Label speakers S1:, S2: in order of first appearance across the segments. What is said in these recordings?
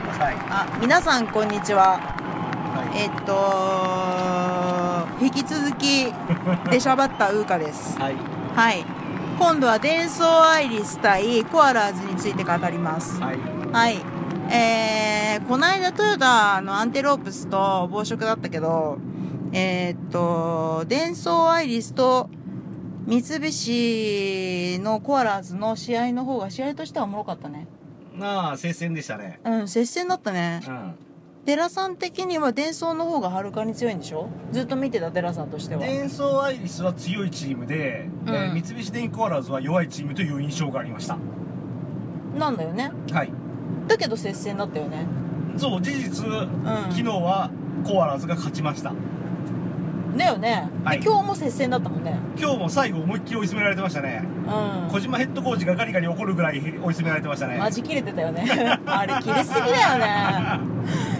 S1: あ皆さんこんにちは
S2: はい、
S1: えっと引き続き出しゃばったウーカ です
S2: はい、
S1: はい今度は伝送アイリス対コアラーズについて語ります
S2: はい、
S1: はいえー、こないだトヨタのアンテロープスと暴食だったけどえっと伝送アイリスと三菱のコアラーズの試合の方が試合としてはおもろかったね
S2: まあ、接戦でしたね。
S1: うん接戦だったね
S2: うん。
S1: 寺さん的には伝送の方がはるかに強いんでしょずっと見てた寺さんとしては
S2: 伝送アイリスは強いチームで、
S1: うん
S2: えー三菱電機コアラーズは弱いチームという印象がありました。
S1: なんだよね
S2: はい。
S1: だけど接戦だったよね
S2: そう、事実、昨日
S1: う
S2: はコアラーズが勝ちました。
S1: んだよね、で
S2: はい
S1: 今日も接戦だったもんね
S2: 今日も最後思いっきり追い詰められてましたね。
S1: うん
S2: 小島ヘッドコーチがガリガリ怒るぐらい追い詰められてましたね。
S1: マジ切れてたよね あれ切れすぎだよね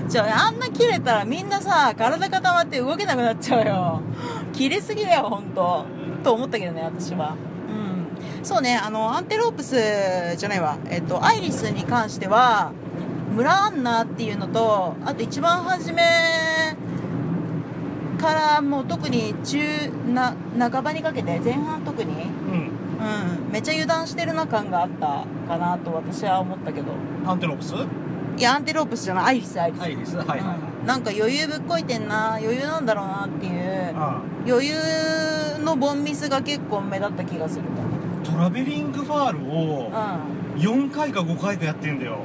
S1: じゃああんな切れたらみんなさ体固まって動けなくなっちゃうよ切れすぎだよ本当と思ったけどね私はうんそうねあのアンテロープスじゃないわえっとアイリスに関しては村アンナっていうのとあと一番初めからもう特に中な半ばにかけて前半特に
S2: うん。
S1: うん、めっちゃ油断してるな感があったかなと私は思ったけど
S2: アンテロープス
S1: いやアンテロープスじゃないアイリスアイリス、
S2: アイリスはいはいはい。
S1: うんなんか余裕ぶっこいてんな余裕なんだろうなっていう
S2: あ
S1: 余裕のボンミスが結構目立った気がする
S2: あトラベリングファール
S1: う
S2: を
S1: んあ
S2: 4回か5回かやってんだよ。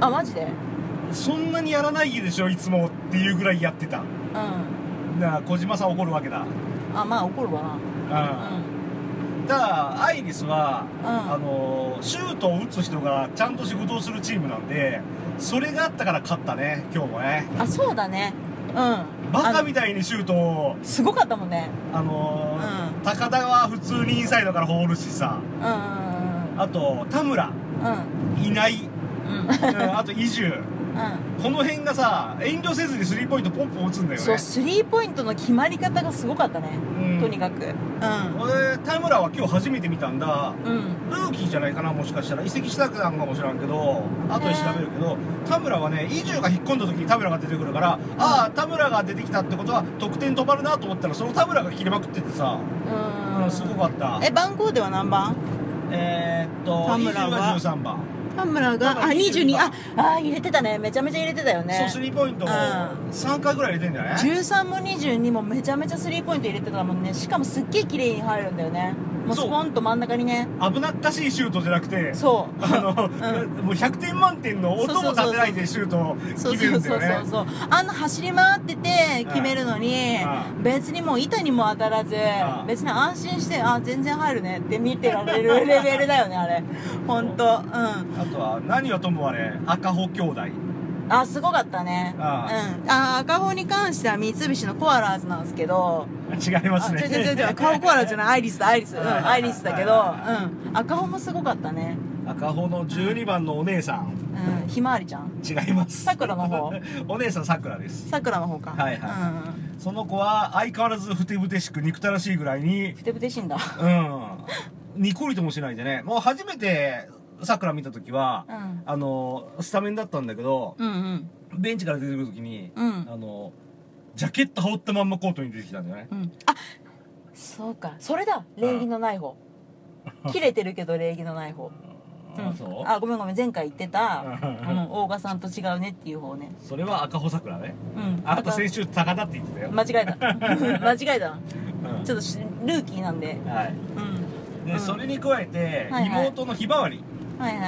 S1: マジで
S2: そんなにやらないでしょ、いつもっていうぐらいやってた。
S1: うん
S2: なあ小島さん怒るわけだ、う
S1: あまあ怒るわ
S2: ん、
S1: な
S2: ただアイリスは、
S1: うん
S2: あのーシュートを打つ人がちゃんと仕事をするチームなんでそれがあったから勝ったね今日もね
S1: うんあそうだねうん
S2: バカ
S1: あの
S2: みたいにシュートを
S1: すごかったもんね
S2: あのー
S1: う
S2: 高田は普通にインサイドから放るしさ
S1: うんうんうん
S2: あと田村
S1: うん
S2: いない、
S1: うん
S2: うん、あと伊集
S1: う
S2: この辺がさ遠慮せずにスリーポイントポンポン打つんだ
S1: ん
S2: よ
S1: そう
S2: ね
S1: スリーポイントの決まり方がすごかったね
S2: うん
S1: とにかくうん
S2: 俺田村は今日初めて見たんだ
S1: うん
S2: ルーキーじゃないかなもしかしたら移籍したくなんかもしらんけど後で調べるけど田村はね伊集が引っ込んだ時に田村が出てくるから、ああ田村が出てきたってことは得点止まるなと思ったらその田村が切れまくっててさ、
S1: う
S2: うん、すごかった
S1: え番号では何番
S2: えーっと
S1: 田
S2: 伊集
S1: 村は
S2: が13番、
S1: 田村があ
S2: 22
S1: 22ああー入れてたねめちゃめちゃ入れてたよね
S2: そうスリーポイントを
S1: うん
S2: 3回ぐらい入れてんじゃない、
S1: 13も22もめちゃめちゃスリーポイント入れてたもんねしかもすっげえ綺麗に入るんだよねもうス
S2: そう
S1: ポンと真ん中にね
S2: 危なっかしいシュートじゃなくて
S1: そう
S2: あの、もう100点満点の音も立てないでシュートを
S1: そう
S2: 決め
S1: そ
S2: る
S1: うん
S2: だ
S1: そう
S2: よ
S1: そう
S2: ね
S1: そうあんな走り回ってて決めるのに
S2: う
S1: 別にもう板にも当たらず
S2: ん
S1: 別に安心してあ全然入るねって見てられるレベルだよねあれ本当うん
S2: あとは何はともあれ赤穂兄弟
S1: あすごかったね
S2: あ
S1: うんあ赤穂に関しては三菱のコアラーズなんですけど
S2: 違いますね
S1: あ違う違う違う顔コアラーズじゃないアイリスだアイリス、うん、
S2: はいはいはい
S1: アイリスだけど、うん、赤穂もすごかったね
S2: 赤穂の12番のお姉さん
S1: うんひまわりちゃん
S2: 違います
S1: さくらの 方
S2: お姉さんさくらです
S1: さくらの方か
S2: はいはその子は相変わらずふてぶてしく憎たらしいぐらいに
S1: うんふてぶてしいんだ
S2: うんニコリともしないでねもう初めてさくら見た時は、
S1: うん
S2: あのスタメンだったんだけど、
S1: うんうん
S2: ベンチから出てくる時に、
S1: うん
S2: あのジャケット羽織ったまんまコートに出てきたんだよね
S1: うんあそうかそれだ礼儀のない方切れてるけど礼儀のない方
S2: あそう
S1: あごめんごめん前回言ってた、
S2: う
S1: うんん、大賀さんと違うねっていう方ね
S2: それは赤穂さくらね
S1: うん
S2: あなた先週高田って言ってたよ、
S1: 間違えた 間違えたな
S2: うん
S1: ちょっとしルーキーなんで
S2: はい
S1: うん
S2: で、
S1: うん
S2: それに加えて、
S1: はいはい
S2: 妹のひまわり
S1: はいはいは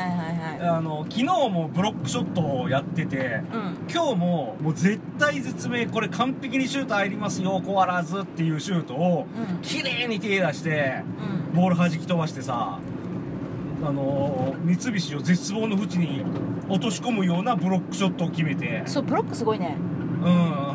S1: いはい
S2: あの昨日もブロックショットをやってて
S1: うん
S2: 今日ももう絶対絶命これ完璧にシュート入りますよコアラーズっていうシュートを
S1: うん
S2: 綺麗に手出して
S1: うん
S2: ボール弾き飛ばしてさあのー三菱を絶望の淵に落とし込むようなブロックショットを決めて、
S1: そうブロックすごいね
S2: うん、あ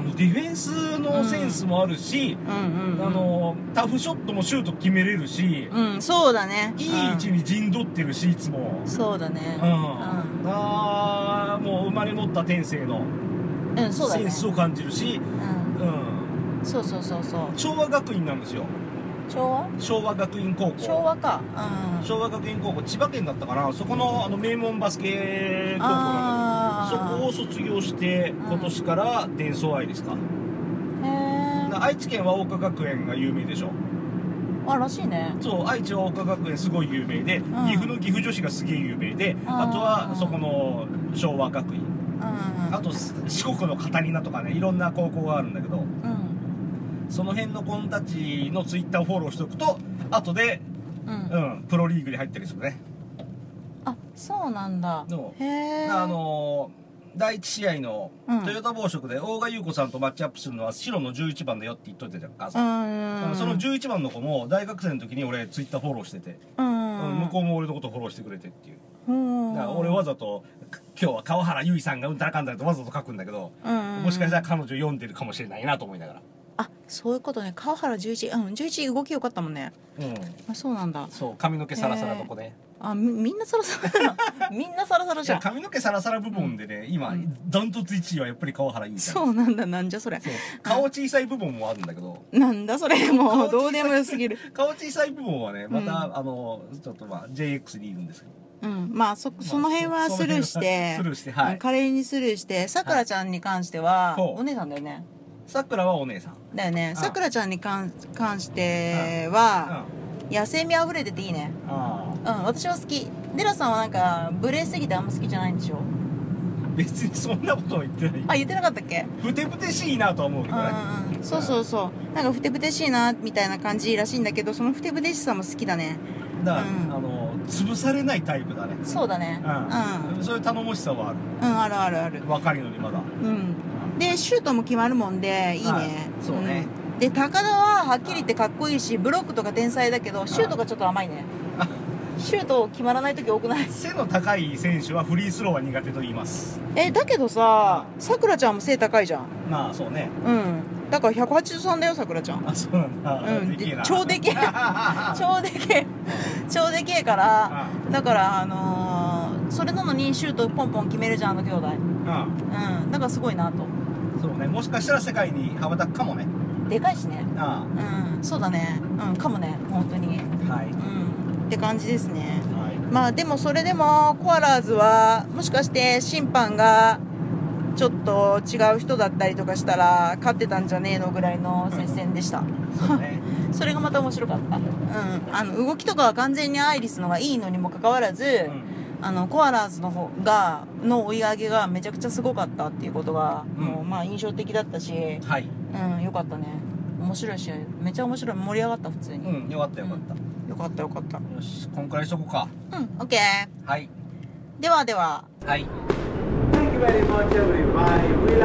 S2: のディフェンスのセンスもあるし、
S1: うんうんうん
S2: あのータフショットもシュート決めれるし、
S1: うんそうだね
S2: いい位置に陣取ってるしいつも。
S1: うんそうだね
S2: うん、あーもう生まれ持った天性の
S1: うんうんそうだ
S2: セ
S1: ね
S2: ンスを感じるし、
S1: うん
S2: うん、
S1: そうそうそうそう
S2: 昭和学院なんですよ
S1: 昭和
S2: 昭和学院高校
S1: 昭和かうん
S2: 昭和学院高校千葉県だったかなそこのあの名門バスケ高校なんだけど卒業して今年から伝送愛ですか
S1: へえ
S2: な愛知県は桜花学園が有名でしょ
S1: あらしいね
S2: そう愛知は桜花学園すごい有名で、
S1: ん
S2: 岐阜の岐阜女子がすげえ有名で、
S1: あー
S2: あとはそこの昭和学
S1: う
S2: 院、
S1: ん
S2: あとす四国のカタリナとかねいろんな高校があるんだけど
S1: うん
S2: その辺の子たちのツイッターをフォローしておくと後で、
S1: うん、
S2: う
S1: うん、
S2: ん、プロリーグに入ったりするね
S1: あそうなんだ
S2: の
S1: へえ
S2: あのー第1試合の
S1: うん
S2: トヨタ暴食で大賀優子さんとマッチアップするのは白の11番だよって言っといたじゃんか、
S1: う
S2: さ
S1: んうん
S2: その11番の子も大学生の時に俺ツイッターフォローしてて、
S1: うん
S2: うん向こうも俺のことフォローしてくれてっていう
S1: うん
S2: だから俺わざと「今日は川原結衣さんがうんたらかんだら」とわざと書くんだけど、
S1: うんうん
S2: もしかしたら彼女読んでるかもしれないなと思いながら
S1: あそういうことね川原十一うん十一動きよかったもんね
S2: うん
S1: あそうなんだ
S2: そう髪の毛サラサラの子ね、
S1: あみみんなサラサラだ みんなサラサラ
S2: じ
S1: じ
S2: ゃ
S1: ゃ
S2: あ
S1: ん
S2: 髪の毛サラサラ部門でね、今ダントツ1位はやっぱり川原結衣
S1: そ
S2: さん
S1: うなんだなんじゃそれ
S2: そう顔小さい部門もあるんだけど
S1: なんだそれも
S2: 顔
S1: うどうでもよすぎる
S2: 顔小さい部門はねまた、
S1: うん
S2: あのちょっとまあ JX にいるんですけど
S1: うんまあそその辺
S2: まあ
S1: は
S2: そ
S1: スルーして
S2: その辺はスルーしてはい
S1: うん華麗にスルーしてさくらちゃんに関しては、
S2: そう
S1: お姉さんだよね
S2: さくらはお姉さん、
S1: だよね
S2: ん
S1: さくらちゃんに関関して
S2: うん、
S1: は
S2: あ
S1: 野生味あふれてていいね
S2: あ
S1: うん私は好きデラさんはなんか無礼すぎてあんま好きじゃないんでしょ
S2: 別にそんなことは言ってない
S1: あ言ってなかったっけ
S2: ふてぶてしいなとは思うけどね
S1: うんうんそうそうそうなんかふてぶてしいなみたいな感じらしいんだけどそのふてぶてしさも好きだね
S2: だから、
S1: うん
S2: あの潰されないタイプだね
S1: そうだね
S2: うん、そういう頼もしさはある
S1: うん、うん、あるあるある
S2: 若いのにまだ
S1: うんでシュートも決まるもんでいいね、
S2: はいそうね
S1: うんで高田ははっきり言ってかっこいいしブロックとか天才だけどシュートがちょっと甘いね
S2: あ
S1: シュート決まらない時多くない
S2: 背の高い選手はフリースローは苦手と言います
S1: えだけどささくらちゃんも背高いじゃん
S2: まあそうね
S1: うんだから183だよさくらちゃん
S2: あそうなんだ、
S1: うん
S2: でけえ
S1: で
S2: な
S1: 超で けえ 超でけえ超でけえからだからあのーそれなのにシュートポンポン決めるじゃんあの兄弟
S2: うん
S1: うんだからすごいなと
S2: そうねもしかしたら世界に羽ばたくかもね
S1: でかいしね
S2: あ
S1: うんそうだねうんかもね本当に
S2: あはい
S1: うんって感じですね
S2: はい
S1: まあでもそれでもコアラーズはもしかして審判がちょっと違う人だったりとかしたら勝ってたんじゃねえのぐらいの接戦でした
S2: そう ね
S1: それがまた面白かった、うん、あの動きとかは完全にアイリスのがいいのにもかかわらず、
S2: うん
S1: あのコアラーズの方がの追い上げがめちゃくちゃすごかったっていうことが、
S2: うん
S1: もうまあ印象的だったし、
S2: はい
S1: うん、よかったね面白い試合めちゃ面白い盛り上がった普通に、
S2: うんよかったよかった、
S1: よかったよかった
S2: よしこんくらいしとこうか
S1: うん OK
S2: はい
S1: ではでは
S2: はい
S3: Thank you very much, everybody. We